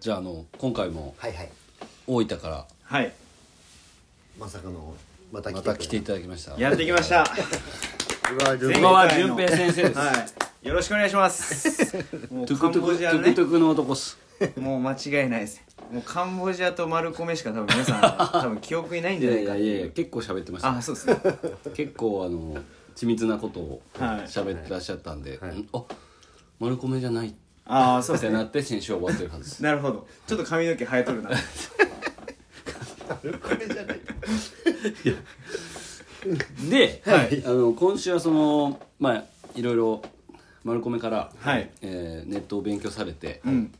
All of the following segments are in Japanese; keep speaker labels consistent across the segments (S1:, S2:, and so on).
S1: じゃああの今回も
S2: はいはい
S1: 大分から
S3: はい
S2: まさかのまた
S1: ま
S2: 来て
S1: た来ていただきました
S3: やってきました
S2: く
S1: 小
S2: れた
S1: 川淳平先生です、
S3: はいよろしくお願い しますもう
S1: トゥク
S3: カン
S1: トゥ
S3: ボ
S1: ク、
S3: ジ
S1: ト
S3: ア
S1: ゥク
S3: ね
S1: トゥクの男っす
S3: もう間違いないですもうカンボジアとマルコメしか多分皆さ ん多分記憶にないん
S1: い
S3: じゃ
S1: や
S3: ないいか
S1: やい や結構喋ってました
S3: あそうですね
S1: 結構あの緻密なことを
S3: はい
S1: 喋ってらっしゃったんで、
S2: はい
S1: うんあマルコメじゃないっ
S3: ああそうで
S1: て
S3: す
S1: な
S3: ね
S1: って先週は終わってるはずです
S3: なるほどちょっと髪の毛生えとるな
S2: これじゃない
S1: で、あの今週はそのまあいろいろマルコメから、
S3: はい
S1: えーネットを勉強されて、
S3: ん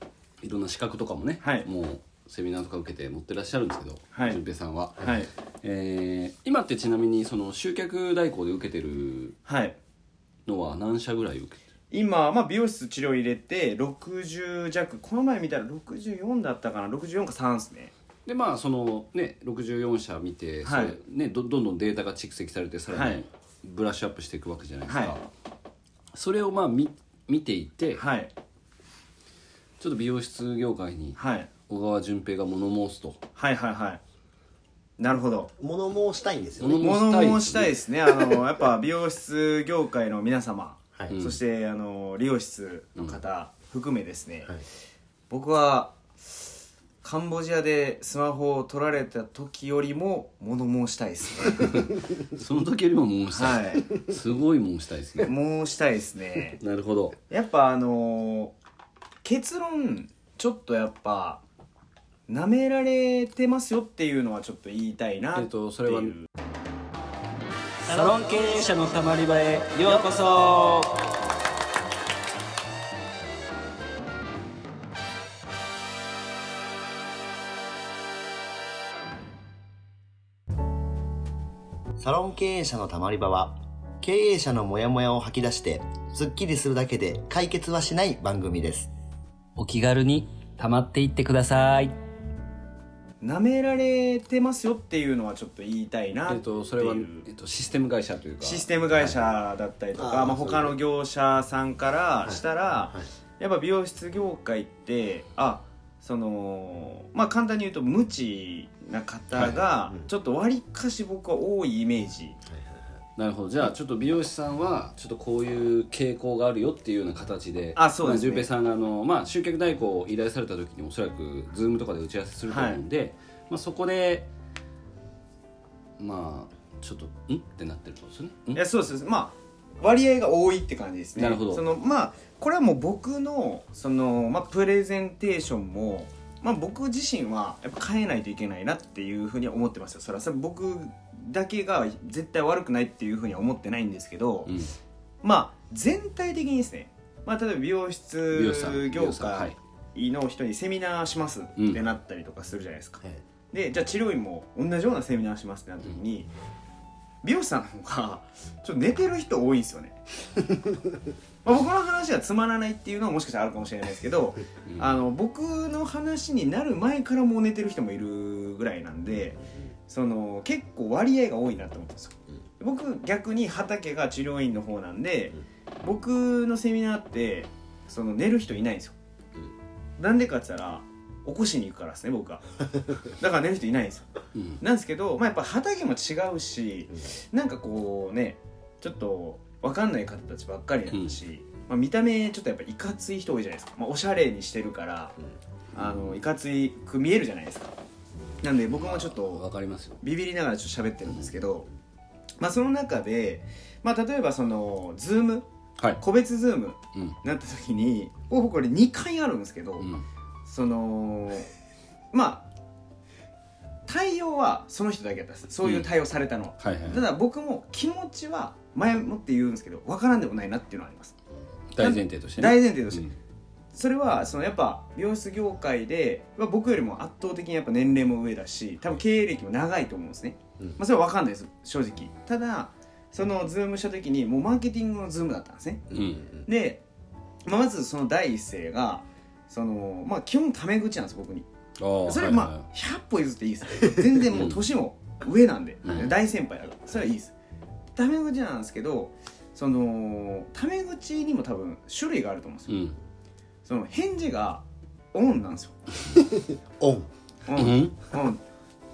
S1: いろんな資格とかもね、
S3: はい
S1: もうセミナーとか受けて持ってらっしゃるんですけど
S3: はい
S1: 順平さんは、
S3: はい
S1: えー今ってちなみにその集客代行で受けてる
S3: はい
S1: のは何社ぐらい受けてる
S3: 今、まあ、美容室治療入れて60弱この前見たら64だったかな64か3ですね
S1: でまあそのね64社見て、
S3: はい
S1: それね、どどんどんデータが蓄積されてさら
S3: は
S1: に
S3: い
S1: ブラッシュアップしていくわけじゃないですか、
S3: はい
S1: それをまあ見見ていて、
S3: はい
S1: ちょっと美容室業界に
S3: はい
S1: 小川淳平が物申すと
S3: はいはいはいなるほど
S2: 物申したいんですよね
S1: 物
S3: 物
S1: 申
S3: 申
S1: し
S3: した
S1: い
S3: たい
S1: で
S3: ですね あのやっぱ美容室業界の皆様、
S2: はい
S3: そしてあの理容室の方含めですね、
S2: はい
S3: 僕はカンボジアでスマホを取られた時よりも物申したいで すね
S1: その時よりも申したい、
S3: は
S1: すごい申したいですね
S3: 申したいですね
S1: なるほど
S3: やっぱあの結論ちょっとやっぱなめられてますよっていうのはちょっと言いたいな
S1: えっとそれは
S3: っていう
S1: サロン経営者のたまり場へようこそ
S2: サロン経営者のたまり場は経営者のモヤモヤを吐き出してスッキリするだけで解決はしない番組です
S4: お気軽に溜まっていってください
S3: なめられてますよっていうのはちょっと言いたいな
S1: えっとそれは
S3: っていう、
S1: えっと、システム会社というか
S3: システム会社だったりとか、
S2: はいあー
S3: まあ、
S2: そういう
S3: 他の業者さんからしたら、
S2: いはい
S3: やっぱ美容室業界ってあそのまあ簡単に言うと無知な方が
S2: いうん
S3: ちょっとわりかし僕は多いイメージ、
S1: なるほどじゃあちょっと美容師さんはちょっとこういう傾向があるよっていうような形で
S3: あそうですね
S1: まあ、順平さんがあの、まあ、集客代行を依頼された時におそらく Zoom とかで打ち合わせすると思うんで、まあ、そこでまあちょっと「ん?」ってなってるそうですよ
S3: い
S1: ねん
S3: やそうですそうですまあ割合が多いって感じですね
S1: なるほど
S3: そのまあこれはもう僕のその、まあ、プレゼンテーションも、まあ、僕自身はやっぱ変えないといけないなっていうふうには思ってますよそれはそれは僕だけが絶対悪くないっていうふうには思ってないんですけど、
S1: うん
S3: まあ全体的にですね、まあ、例えば美
S1: 美
S3: 容
S1: 容師さん
S3: 室
S1: 美
S3: 業
S1: 容師さんはい
S3: 界の人にセミナーしますってなったりとかするじゃないですか、でじゃあ治療院も同じようなセミナーしますってなった時に、美容師さんの方がちょっと寝てる人多いんですよねまあ僕の話がつまらないっていうのはもしかしたらあるかもしれないですけど、あの僕の話になる前からもう寝てる人もいるぐらいなんでその結構割合が多いなと思ったんですよ、僕逆に畑が治療院の方なんで、僕のセミナーってその寝る人いないんですよ、なんでかって言ったら起こしに行くからですね僕 がだから寝る人いないんですよ
S1: うん
S3: なんですけど、まあ、やっぱ畑も違うしなんかこうねちょっと分かんない方たちばっかりだし、まあ、見た目ちょっとやっぱいかつい人多いじゃないですか、まあ、おしゃれにしてるから、あのいかついく見えるじゃないですかなんで僕もちょっ
S1: わ
S3: と
S1: かりますよ
S3: ビビりながらちょっと喋ってるんですけど、まあ、その中で、まあ、例えばそのズーム
S1: はい
S3: 個別ズーム
S1: うん
S3: なった時に僕これ2回あるんですけど、
S1: うん
S3: そのまあ対応はその人だけだったんですそういう対応されたのは、
S1: はいはい
S3: ただ僕も気持ちは前もって言うんですけど分からんでもないなっていうのはあります
S1: 大前提としてね
S3: 大前提として、
S1: うん
S3: それはそのやっぱ美容室業界で、まあ、僕よりも圧倒的にやっぱ年齢も上だし多分経営歴も長いと思うんですね、
S2: うん
S3: まあ、それは分かんないです正直ただそのズームした時にもうマーケティングのズームだったんですね
S1: うん
S3: で、まあ、まずその第一声がその、まあ、基本タメ口なんです僕に
S1: ああ
S3: それまあ100歩譲っていいです全然もう年も上なんで、
S1: うん
S3: 大先輩だからそれはいいですタメ口なんですけどそのタメ口にも多分種類があると思うんです
S1: う
S3: よ、
S1: ん
S3: その返事がオンなんですよ
S2: オン
S3: うん、
S1: う
S3: うん、
S1: ん、
S3: だか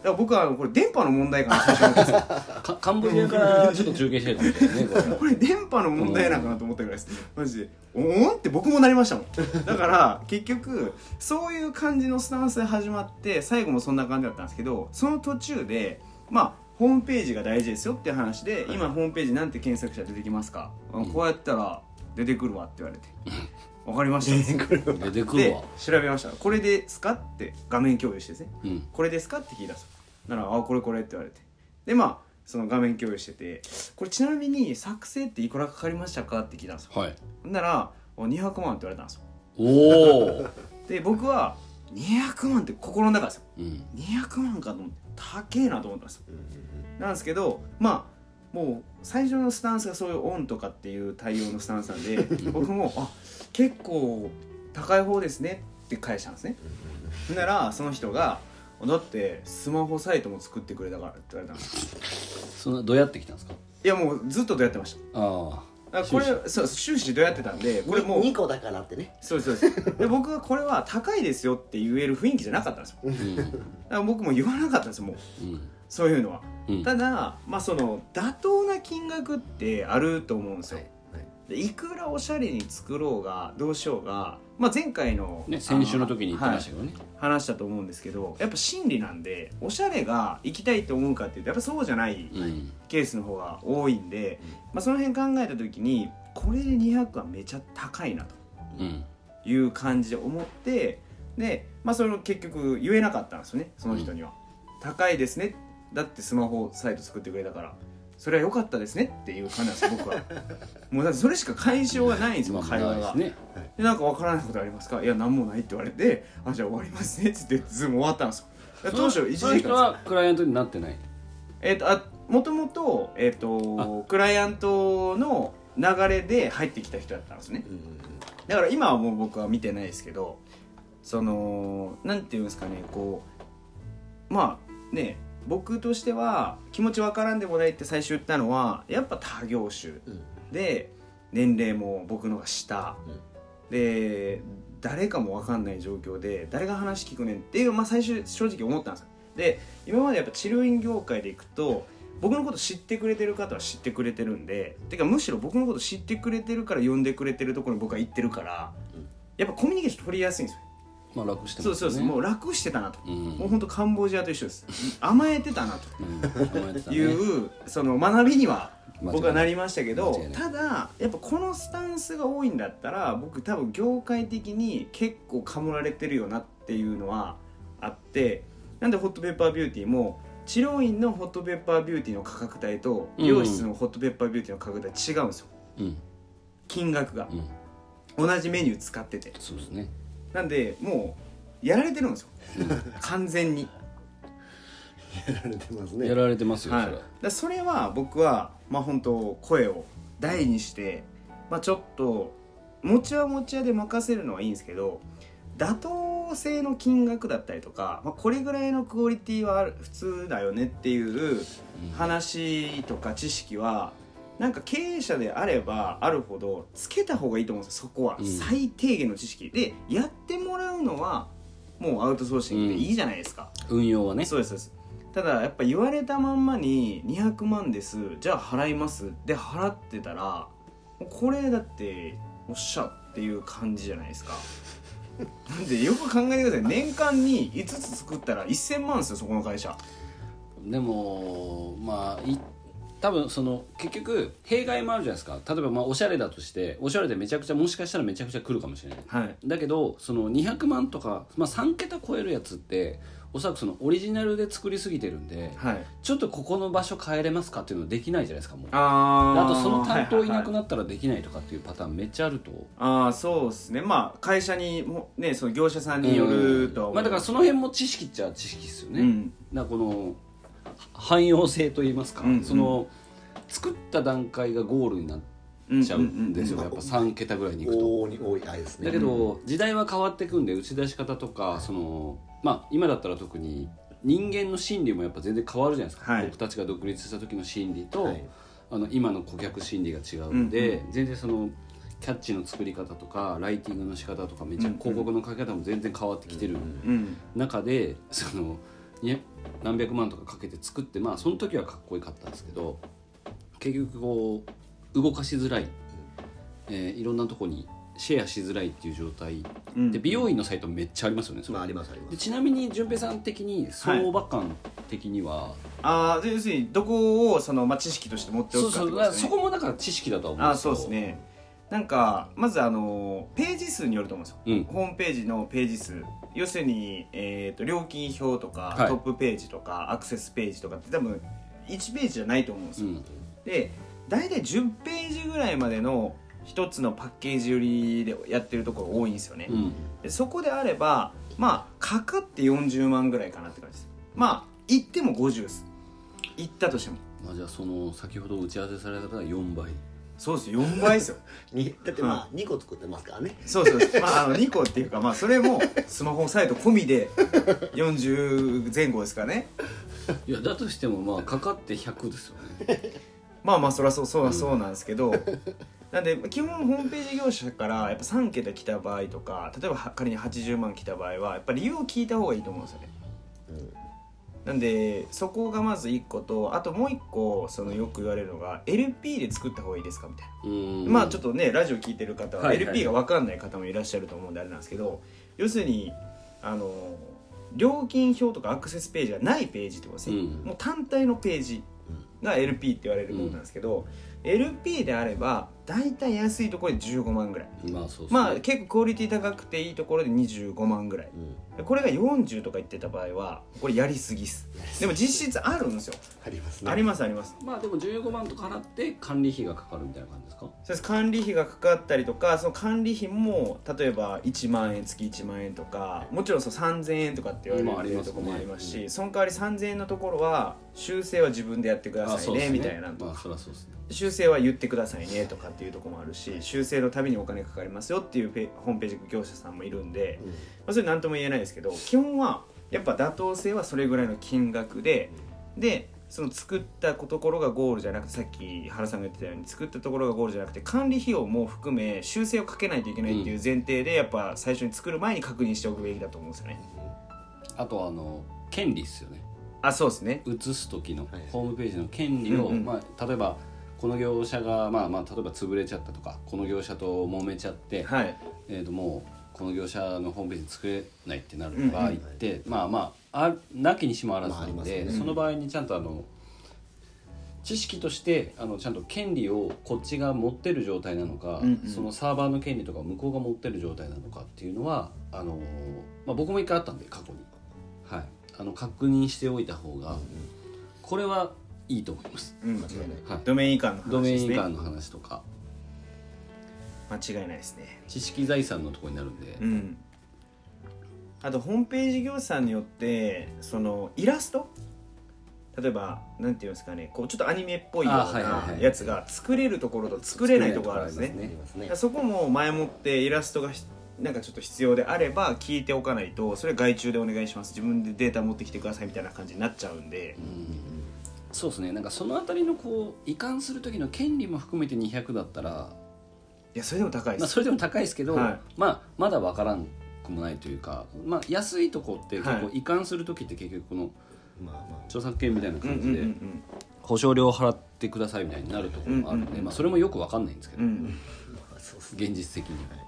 S3: ら僕はこれ電波の問題かな最初に思ったんです
S1: かカンボジアからちょっと中継してるかもしれないねこれ
S3: よこれ電波の問題なんかなと思ったぐらいですマジでオンって僕もなりましたもんだから結局そういう感じのスタンスで始まって最後もそんな感じだったんですけどその途中でまあホームページが大事ですよっていう話で、今ホームページなんて検索したら出てきますか、あこうやったら出てくるわって言 われてわかりました
S1: 出てくる
S3: で
S1: わ
S3: 調べましたこれですかって画面共有してですね
S1: うん
S3: これですかって聞いたんですよなら「あこれこれ」って言われてでまあその画面共有してて「これちなみに作成っていくらかかりましたか?」って聞いたんですよ
S1: はい
S3: ほんなら「お200万」って言われたんですよ
S1: おお、
S3: で僕は「200万」って心の中ですよ
S1: うん、
S3: 200万かと思って高えなと思ったんですよなんですけどまあもう最初のスタンスがそういうオンとかっていう対応のスタンスなん で僕もあ結構高い方ですねって返したんですねほんならその人が「だってスマホサイトも作ってくれたから」って言われたんです
S1: そんなどうやってきたんですか
S3: いやもうずっとどうやってました
S1: あ
S3: だからこれそう終始どうやってたんでこれもう
S2: 2個だからってね
S3: そうですそうですで僕はこれは高いですよって言える雰囲気じゃなかったんですよ
S1: あうん
S3: だから僕も言わなかったんですよもう
S1: うん
S3: そういうのは、
S1: うん
S3: ただまあその妥当な金額ってあると思うんですよ、でいくらおしゃれに作ろうがどうしようが、まあ、前回の、
S1: ね先週の時に言ってました
S3: よ、
S1: けどね、
S3: はい話したと思うんですけどやっぱ心理なんでおしゃれが行きたいと思うかっていうとやっぱそうじゃない
S1: うん
S3: ケースの方が多いんで、まあ、その辺考えた時にこれで200はめちゃ高いなと
S1: うん
S3: いう感じで思ってで、まあ、それを結局言えなかったんですよねその人には、高いですねだってスマホサイト作ってくれたからそれは良かったですねっていう感じなんですよ 僕はもうだってそれしか解消がないんですよ、
S1: まあ
S3: 会話が
S1: 長いですね
S3: でなんか分からないことありますかいや何もないって言われてあじゃあ終わりますねっつってズーム終わったんですよだから当初1時
S1: その
S3: 間
S1: 人はクライアントになってない
S3: えっ、とあもともと,、えっとクライアントの流れで入ってきた人だったんですねだから今はもう僕は見てないですけどそのなんていうんですかねこうまあね僕としては気持ちわからんでもないって最初言ったのはやっぱ他業種
S2: うん
S3: で年齢も僕のが下、
S2: うん
S3: で誰かもわかんない状況で誰が話聞くねんっていう、まあ、最初正直思ったんですよで今までやっぱ治療院業界でいくと僕のこと知ってくれてる方は知ってくれてるんでてかむしろ僕のこと知ってくれてるから呼んでくれてるところに僕は行ってるから、
S2: うん
S3: やっぱコミュニケーション取りやすいんですよ、
S1: まあ楽して
S3: そ
S1: ま
S3: う
S1: す
S3: そ
S1: よ
S3: う
S1: ね
S3: そうもう楽してたなと、
S1: うん
S3: もう本当カンボジアと一緒です甘えてたなと
S1: うん甘えてたね
S3: いう、その学びには
S1: 間違いない
S3: 僕はなりましたけど
S1: 間違いない
S3: ただやっぱこのスタンスが多いんだったら僕多分業界的に結構かもられてるよなっていうのはあってなんでホットペッパービューティーも治療院のホットペッパービューティーの価格帯と
S1: うん
S3: 美容室のホットペッパービューティーの価格帯違うんですよ
S1: うん
S3: 金額が
S1: うん
S3: 同じメニュー使ってて
S1: そうですね
S3: なんでもうやられてるんですよ完全に
S2: やられてます
S1: や
S2: ね
S1: られてますよ
S3: はい、
S1: そ
S3: だ
S1: れ
S3: からそれは僕はまあ本当声を大にして、まあ、ちょっと持ちは持ち屋で任せるのはいいんですけど妥当性の金額だったりとか、まあ、これぐらいのクオリティはある普通だよねっていう話とか知識はなんか経営者であればあるほどつけた方がいいと思うんですよそこは、
S1: うん
S3: 最低限の知識でやってもらうのはもうアウトソーシングでいいじゃないですか、
S1: 運用はね
S3: そうですそうですただやっぱ言われたまんまに200万ですじゃあ払いますで払ってたらもうこれだっておっしゃっていう感じじゃないですかなんでよく考えてください年間に5つ作ったら1000万ですよそこの会社
S1: でもまあい多分その結局弊害もあるじゃないですか例えばまあおしゃれだとしておしゃれでめちゃくちゃもしかしたらめちゃくちゃ来るかもしれない
S3: はい
S1: だけどその200万とか、まあ、3桁超えるやつっておそらくそのオリジナルで作りすぎてるんで
S3: はい
S1: ちょっとここの場所変えれますかっていうのはできないじゃないですかもう
S3: あ
S1: あとその担当いなく
S3: っ
S1: なったらできないとかっていうパターンめっちゃあると
S3: ああそうですねまあ会社にもねその業者さんによるとは
S1: うん
S3: 思
S1: まあ、だかららその辺も知識っちゃ知識ですよね、
S3: うん
S1: だからこの汎用性といいますか、
S3: うんうん
S1: その作った段階がゴールになっちゃうんですよ、
S2: うんうんうん
S1: やっぱ3桁ぐらいにいくと。
S2: 多い多いあれですね
S1: だけど時代は変わっていくんで打ち出し方とかその、まあ、今だったら特に人間の心理もやっぱ全然変わるじゃないですか、
S3: はい
S1: 僕たちが独立した時の心理と、
S2: はい
S1: あの今の顧客心理が違うので、全然そのキャッチの作り方とかライティングの仕方とかめちゃ広告の書き方も全然変わってきてる
S3: うん
S1: 中でそのね何百万とかかけて作ってまあその時はかっこよかったんですけど結局こう動かしづらい、えーいろんなとこにシェアしづらいっていう状態
S3: うん
S1: で美容院のサイトめっちゃありますよねそれ
S2: まあありますありま
S1: ですちなみに順平さん的に相場感的には、
S3: ああ要するにどこをその、まあ、知識として持ってお
S1: そう
S3: くかっ
S1: そ
S3: て
S1: うだからそこ
S3: ことですね
S1: もだから知識だとは思うん
S3: あー
S1: ですけ
S3: そう
S1: ど
S3: ですねなんかまずあのページ数によると思うんですよ
S1: うん
S3: ホームページのページ数要するに、えー、と料金表とか、
S1: はい
S3: トップページとかアクセスページとかって多分1ページじゃないと思うんです
S1: う
S3: よ、
S1: ん
S3: で大体10ページぐらいまでの一つのパッケージ売りでやってるところが多いんですよね、
S1: うん
S3: でそこであればまあかかって40万ぐらいかなって感じですまあ行っても50です行ったとしても
S1: まあじゃあその先ほど打ち合わせされた方は4倍
S3: そうです4倍です よ
S2: にだってまあ2個作ってますからね
S3: そうそうですまああの2個っていうかまあそれもスマホサイト込みで40前後ですからね
S1: いやだとしてもまあかかって100ですよね
S3: まあまあそりゃそうそうそうなんですけど、なんで基本ホームページ業者からやっぱ3桁来た場合とか例えばは仮に80万来た場合はやっぱ理由を聞いた方がいいと思うんですよね、なんでそこがまず1個とあともう1個そのよく言われるのが LP で作った方がいいですかみたいな、
S1: うん
S3: まあちょっとねラジオ聞いてる方は
S1: はいはい
S3: LP が分かんない方もいらっしゃると思うんであれなんですけど、要するにあの料金表とかアクセスページがないページってことですね、
S1: うん
S3: もう単体のページが LP って言われるものなんですけど、LP であれば大体安いところで15万ぐらい
S1: まあそうですね
S3: まあ結構クオリティ高くていいところで25万ぐらい
S2: うん
S3: これが40とか言ってた場合はこれやりすぎっすでも実質あるんですよ、
S2: あります
S3: ありますあります
S1: まあでも15万とか払って管理費がかかるみたいな感じですか
S3: そうです管理費がかかったりとかその管理費も例えば1万円月1万円とかもちろんそう3000円とかって言
S1: まあ
S3: わ
S1: あ
S3: れ
S1: り
S3: る
S1: ますね
S3: とこもありますしその代わり3000円のところは修正は自分でやってください
S1: で
S3: ね
S1: す
S3: みたいなと
S1: まあ
S3: か
S1: そりゃそうですね
S3: 修正は言ってくださいねとかっていうところもあるし修正のためにお金かかりますよっていうペホームページ業者さんもいるんで、
S2: うん
S3: まあ、それ何とも言えないですけど基本はやっぱ妥当性はそれぐらいの金額ででその作ったところがゴールじゃなくてさっき原さんが言ってたように作ったところがゴールじゃなくて管理費用も含め修正をかけないといけないっていう前提でやっぱ最初に作る前に確認しておくべきだと思うんですよね。
S1: あとはあの権利ですよね
S3: あそうですね
S1: 移す時の
S2: はい
S1: ホームページの権利を、
S3: うんうん
S1: まあ、例えばこの業者が、まあ、まあ例えば潰れちゃったとかこの業者と揉めちゃって、
S3: はい
S1: えー、ともうこの業者のホームページ作れないってなる場合って、まあまああなきにしもあらずな
S2: まああり
S1: ん
S2: ます
S1: で、
S2: ね
S1: その場合にちゃんとあの知識としてあのちゃんと権利をこっちが持ってる状態なのか、
S3: うんうん
S1: そのサーバーの権利とか向こうが持ってる状態なのかっていうのはあの、まあ、僕も一回あったんで過去に、はい、あの確認しておいた方が、これはいいと思います。
S3: うん
S2: 間違いない
S1: はい
S3: ドメイン以下の
S1: ド
S3: 話
S1: メ
S3: で
S1: イ
S3: す
S1: ン
S3: ね
S1: 間の話とか
S3: 間違いないですね
S1: 知識財産のところになるんで、
S3: うん、あとホームページ業者さんによってそのイラスト例えばなんていうんですかねこうちょっとアニメっぽいよう
S1: あはいはい
S3: な
S1: はい
S3: やつが作れるところと作れないところがあるんですね
S2: あります
S3: だ
S2: ね
S3: からそこも前もってイラストがひなんかちょっと必要であれば聞いておかないとそれは外注でお願いします自分でデータ持ってきてくださいみたいな感じになっちゃうんで、
S1: そうですねなんかそのあたりのこう移管する時の権利も含めて200だったら、
S3: いやそれでも高いで
S1: まあ、
S3: す、
S1: それでも高いですけど、
S3: はい
S1: まあ、まだ分からんくもないというか、まあ、安いとこって結構
S3: は
S1: 移管する時って結局この
S2: まあま
S1: 著作権みたいな
S3: うんう
S1: 感
S3: んう
S1: じ
S3: ん
S1: で保証料を払ってくださいみたいになるところもあるんで、
S3: うんうんうん
S1: まあ、それもよく分かんないんですけど、
S3: うんうん
S2: あそうっすね
S1: 現実的には。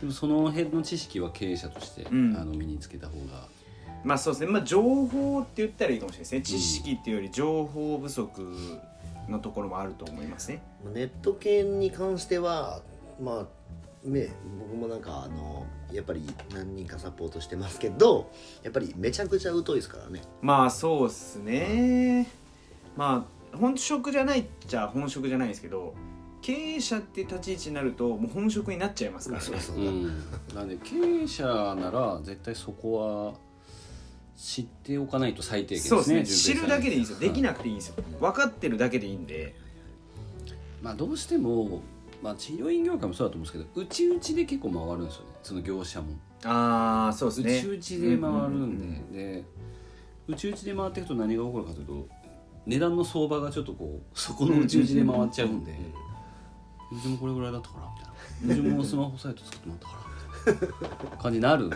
S1: でもその辺の知識は経営者として、
S3: ん
S1: あの身につけた方が
S3: まあそうですね、まあ、情報って言ったらいいかもしれないですね知識っていうより情報不足のところもあると思いますね
S2: ネット系に関してはまあね僕もなんかあのやっぱり何人かサポートしてますけどやっぱりめちゃくちゃ疎いですからね
S3: まあそうっすねまあ本職じゃないっちゃ本職じゃないですけど経営者って立ち位置になるともう本職になっちゃいますからね
S2: そう
S1: うん、なんで経営者なら絶対そこは知っておかないと最低限
S3: そうです
S1: 順
S3: ね知る
S1: 平さ
S3: だ
S1: ん
S3: けでいいんですよできなくていいんですよ分かってるだけでいいんで
S1: まあどうしても、まあ、治療院業界もそうだと思うんですけどうちうちで結構回るんですよねその業者も
S3: ああそうです
S1: うちう
S3: ね
S1: ちで回るんで、
S3: う
S1: でうちうちで回っていくと何が起こるかというと値段の相場がちょっとこうそこのうちうちで回っちゃうんで、うちもこれぐらいだったからみたいなうちもスマホサイト作ってもらったからみたいな感じになる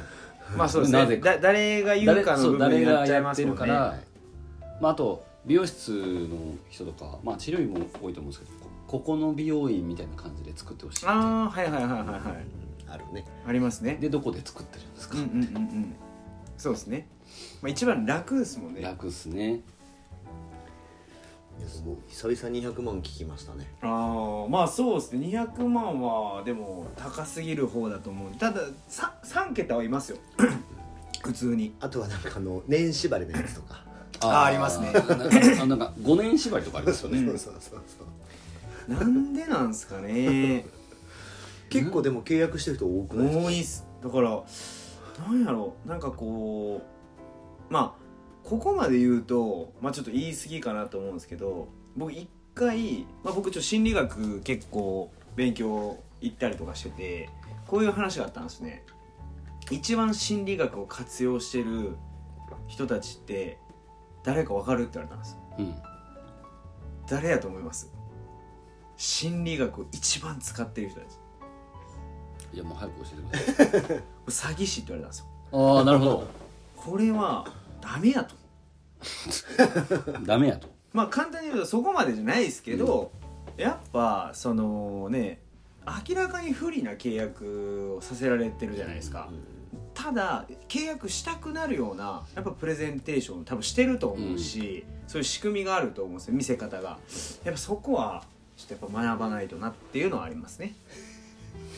S3: まあそうです
S1: なぜ
S3: ね
S1: か
S3: だ誰が言う
S1: 誰
S3: かの
S1: そう
S3: 部分
S1: 誰
S3: にな
S1: が
S3: っちゃい
S1: や
S3: ま
S1: って
S3: す
S1: る
S3: もん
S1: か
S3: ね
S1: ら、
S2: はい
S1: まあ、あと美容室の人とか、まあ、治療院も多いと思うんですけどこここの美容院みたいな感じで作ってほしいみたいな
S3: ああはいはいはいはいはい
S2: あるね
S3: ありますね
S1: でどこで作ってるんです
S3: う
S1: か、
S3: んうんうんうんそうですね、まあ、一番楽ですもんね
S1: 楽っすね
S2: いやもう久々200万聞きましたね
S3: ああまあそうですね200万はでも高すぎる方だと思うただ 3, 3桁はいますよ 普通に
S2: あとはなんかあの年縛りのやつとか
S3: あーありますね
S1: なんかあなんか5年縛りとかありますよ
S2: そう
S1: ね
S2: そうそうそう
S3: なんでなんですかね
S2: 結構でも契約してる人多くないですか
S3: 多いっすだからなんやろうなんかこうまあここまで言うとまあちょっと言い過ぎかなと思うんですけど僕一回、まあ、僕ちょっと心理学結構勉強行ったりとかしててこういう話があったんですね一番心理学を活用してる人たちって誰かわかるって言われたんです
S1: うん
S3: 誰やと思います心理学を一番使ってる人たち
S1: いやもう早く教えてください
S3: 詐欺師って言われたんですよ
S1: ああなるほど
S3: これはダメやと
S1: ダメやと
S3: まあ簡単に言うとそこまでじゃないですけど、やっぱそのね明らかに不利な契約をさせられてるじゃないですか、ただ契約したくなるようなやっぱプレゼンテーションを多分してると思うし、そういう仕組みがあると思うんですよ見せ方がやっぱそこはちょっとやっぱ学ばないとなっていうのはありますね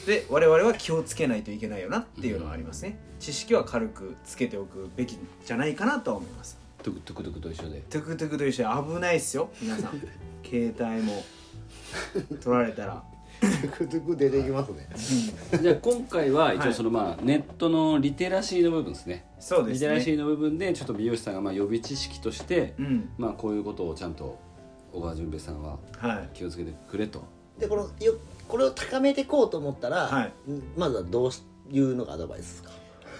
S3: で我々は気をつけないといけないよなっていうのはありますね、知識は軽くつけておくべきじゃないかなとは思います
S1: トゥクトゥクトゥクと一緒で
S3: トゥクトゥクと一緒に危ないっすよ皆さ ん携帯も取られたら
S2: トゥクトゥク 出てきますね
S1: じゃあ今回は一
S3: は
S1: 応
S3: い
S1: そのまあネットのリテラシーの部分ですね
S3: そうで
S1: リ
S3: す
S1: テラシ
S3: ね
S1: ーの部分でちょっと美容師さんがまあ予備知識として、
S3: うん
S1: まあこういうことをちゃんと小川淳平さんは
S3: はい
S1: 気をつけてくれと
S2: でこのよこれを高めていこうと思ったら、
S3: はい
S2: んまずはどうしいうのがアドバイスですか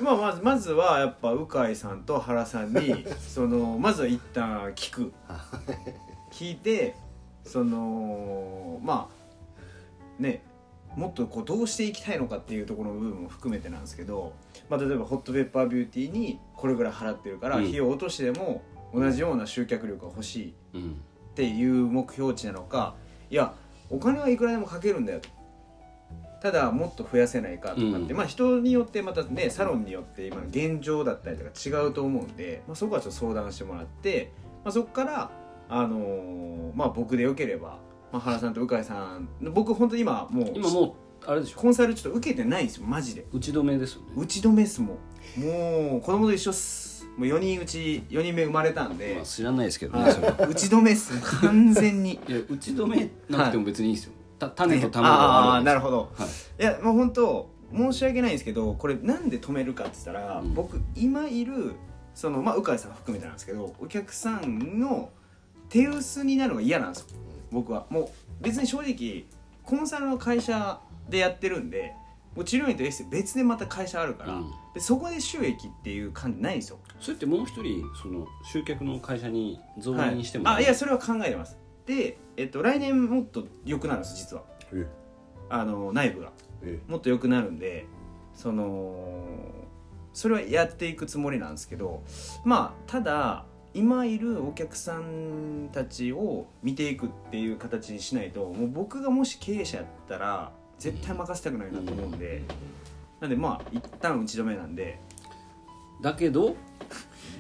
S3: まあまずまずはやっぱ鵜飼さんと原さ んにそのまずは一旦聞く聞いてそのまあねもっとこうどうしていきたいのかっていうところの部分も含めてなんですけど、まあ、例えばホットペッパービューティーにこれぐらい払ってるから
S1: うん
S3: 費用落としでも同じような集客力が欲しい
S1: うん
S3: っていう目標値なのかいやお金はいくらでもかけるんだよとただもっと増やせないかとかって、
S1: うん
S3: まあ人によってまたねサロンによって今の現状だったりとか違うと思うんで、まあ、そこはちょっと相談してもらって、まあ、そこから、あのーまあ、僕でよければ、まあ、原さんと鵜飼さん僕本当に今もう
S1: 今もうあれでしょ
S3: コンサルちょっと受けてないんですよマジで
S1: 打ち止めですよね
S3: 打ち止めっすもんもう子供と一緒っすもう4人うち4人目生まれたんで
S1: まあ、知らないですけど
S3: は
S1: ね
S3: い
S1: それは
S3: 打ち止めっす完全に
S1: いや打ち止めなくても別にいいですよ、た種と卵
S3: あ
S1: は
S3: あー
S1: る
S3: なるほど、、
S1: はい
S3: やもう本当申し訳ないんですけどこれなんで止めるかって言ったら、
S1: うん
S3: 僕今いるそのまあ鵜飼さん含めてなんですけどお客さんの手薄になるのが嫌なんですよ僕はもう別に正直コンサルの会社でやってるんでもう治療院とエッセ別でまた会社あるから、
S1: うん
S3: でそこで収益っていう感じないんですよ
S1: それってもう一人その集客の会社に増
S3: はい
S1: 員しても
S3: あいやそれは考えてますで、えっと、来年もっと良くなるんです実は
S2: え
S3: あの内部が
S2: え
S3: もっと良くなるんでそのそれはやっていくつもりなんですけどまあただ今いるお客さんたちを見ていくっていう形にしないともう僕がもし経営者やったら絶対任せたくないなと思うんで、なんでまあ一旦打ち止めなんで
S1: だけど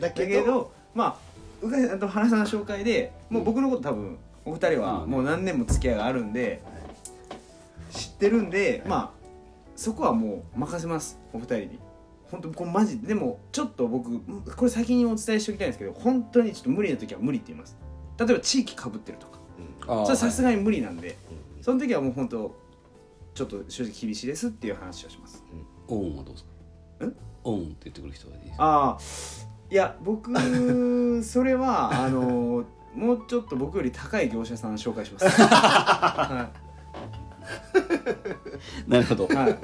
S2: だ
S3: だけどまあうがいさんと原さんの紹介でもう僕のこと多分お二人はもう何年も付き合いがあるんで知ってるんでまあそこはもう任せますお二人に本当これマジででもちょっと僕これ先にお伝えしておきたいんですけど本当にちょっと無理な時は無理って言います例えば地域かぶってるとか
S1: あ
S3: それはさす
S1: が
S3: がに無理なんでその時はもう本当ちょっと正直厳しいですっていう話をします
S1: オンはどうですか
S3: ん
S1: オンって言ってくる人がいいですか
S3: ああいや 僕それはあのもうちょっと僕より高い業者さん紹介します は
S1: なるほど
S3: い、はい、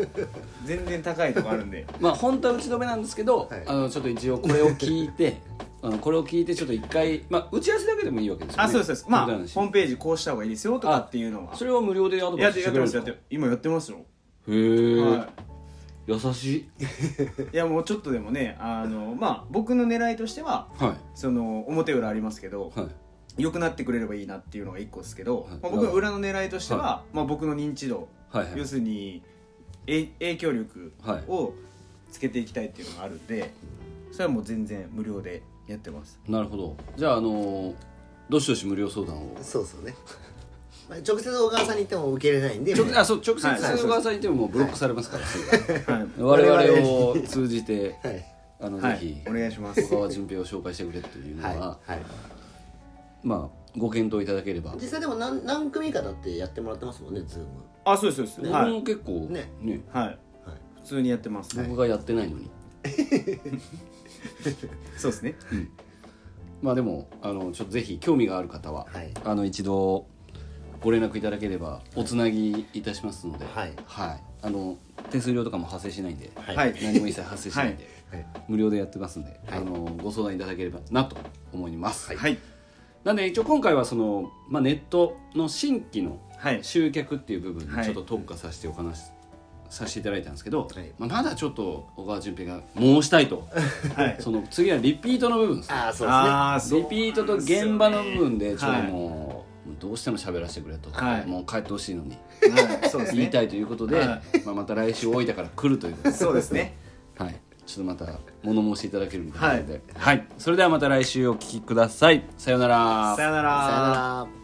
S3: 全然高いとこあるんで
S1: まあ本当は打ち止めなんですけど、
S2: はい
S1: あのちょっと一応これを聞いてあのこれを聞いてちょっと一回、まあ、打ち合わせだけでもいいわけですよね
S3: あそうですそうですまあ
S1: 無
S3: ホ
S1: 駄なし
S3: ームページこうした方がいいですよとかっていうのは
S1: それは無料でアドバ
S3: や
S1: イ
S3: っ
S1: ス
S3: て
S1: し
S3: や
S1: て
S3: っ
S1: くれる
S3: てま
S1: ん
S3: すや
S1: です
S3: っ
S1: か
S3: て今やってますよ、
S1: へえ、
S3: は
S1: 優しい
S3: い、いやもうちょっとでもねあのまあ僕の狙いとしては
S1: は
S3: その表裏ありますけど
S1: いはい
S3: 良くなってくれればいいなっていうのが一個ですけど、
S1: はい
S3: まあ、僕の裏の狙いとしては、
S1: は
S3: まあ、僕の認知度、
S1: はいはい
S3: 要するにえ影響力
S1: はい
S3: をつけていきたいっていうのがあるんでそれはもう全然無料でやってます
S1: なるほどじゃああのーどしどし無料相談を
S2: そうそうね、 まあ、直接小川さんに行っても受けれないんで
S1: 直あそう直接
S3: はいはい
S1: 小川さんに言ってももうブロックされますから、す
S3: はい
S1: ぐ我々を通じて
S2: はい
S1: あの、
S3: は
S1: ぜひ
S3: い、お願いします
S1: 小川淳平を紹介してくれというのは、
S2: はい、はい、
S1: まあご検討いただければ
S2: 実際でも何何組かだってやってもらってますもんねズーム
S3: あそうですそうです、
S1: 僕
S3: はい、
S1: も結構ね
S2: ね
S3: はい、普通にやってます、
S1: 僕がやってないのに、
S3: そうですね
S1: まあでもあのちょっとぜひ興味がある方は、
S2: はい
S1: あの一度ご連絡いただければおつなぎいたしますので、
S2: はい
S1: あの手数料とかも発生しないんで、
S2: はい
S3: はい
S1: 何も一切発生しないんで、
S2: はい
S1: 無料でやってますんで、
S2: はい
S1: あのご相談いただければなと思います。
S3: はい
S1: なんで一応今回はその、まあ、ネットの新規の
S3: はい
S1: 集客っていう部分
S3: は
S1: に
S3: い
S1: ちょっと特化させてお話しさせていただいたんですけど、
S2: はい
S1: まあ、まだちょっと小川淳平が申したい と
S3: はい
S1: その次はリピートの部分ですね
S2: ああそうですね
S3: ああ
S1: リピートと現場の部分でちょっと
S3: う
S1: もう、どうしても喋らせてくれと、
S3: はい
S1: もう帰ってほしいのに
S3: はいそうです
S1: 言い
S3: ね
S1: たいということで、
S3: は
S1: まあ、また来週大分から来るということで
S3: そうですね
S1: はい、ちょっとまた物申していただけるみたいなので、はいそれではまた来週お聞きくださいさようなら
S3: さよなら
S2: さよなら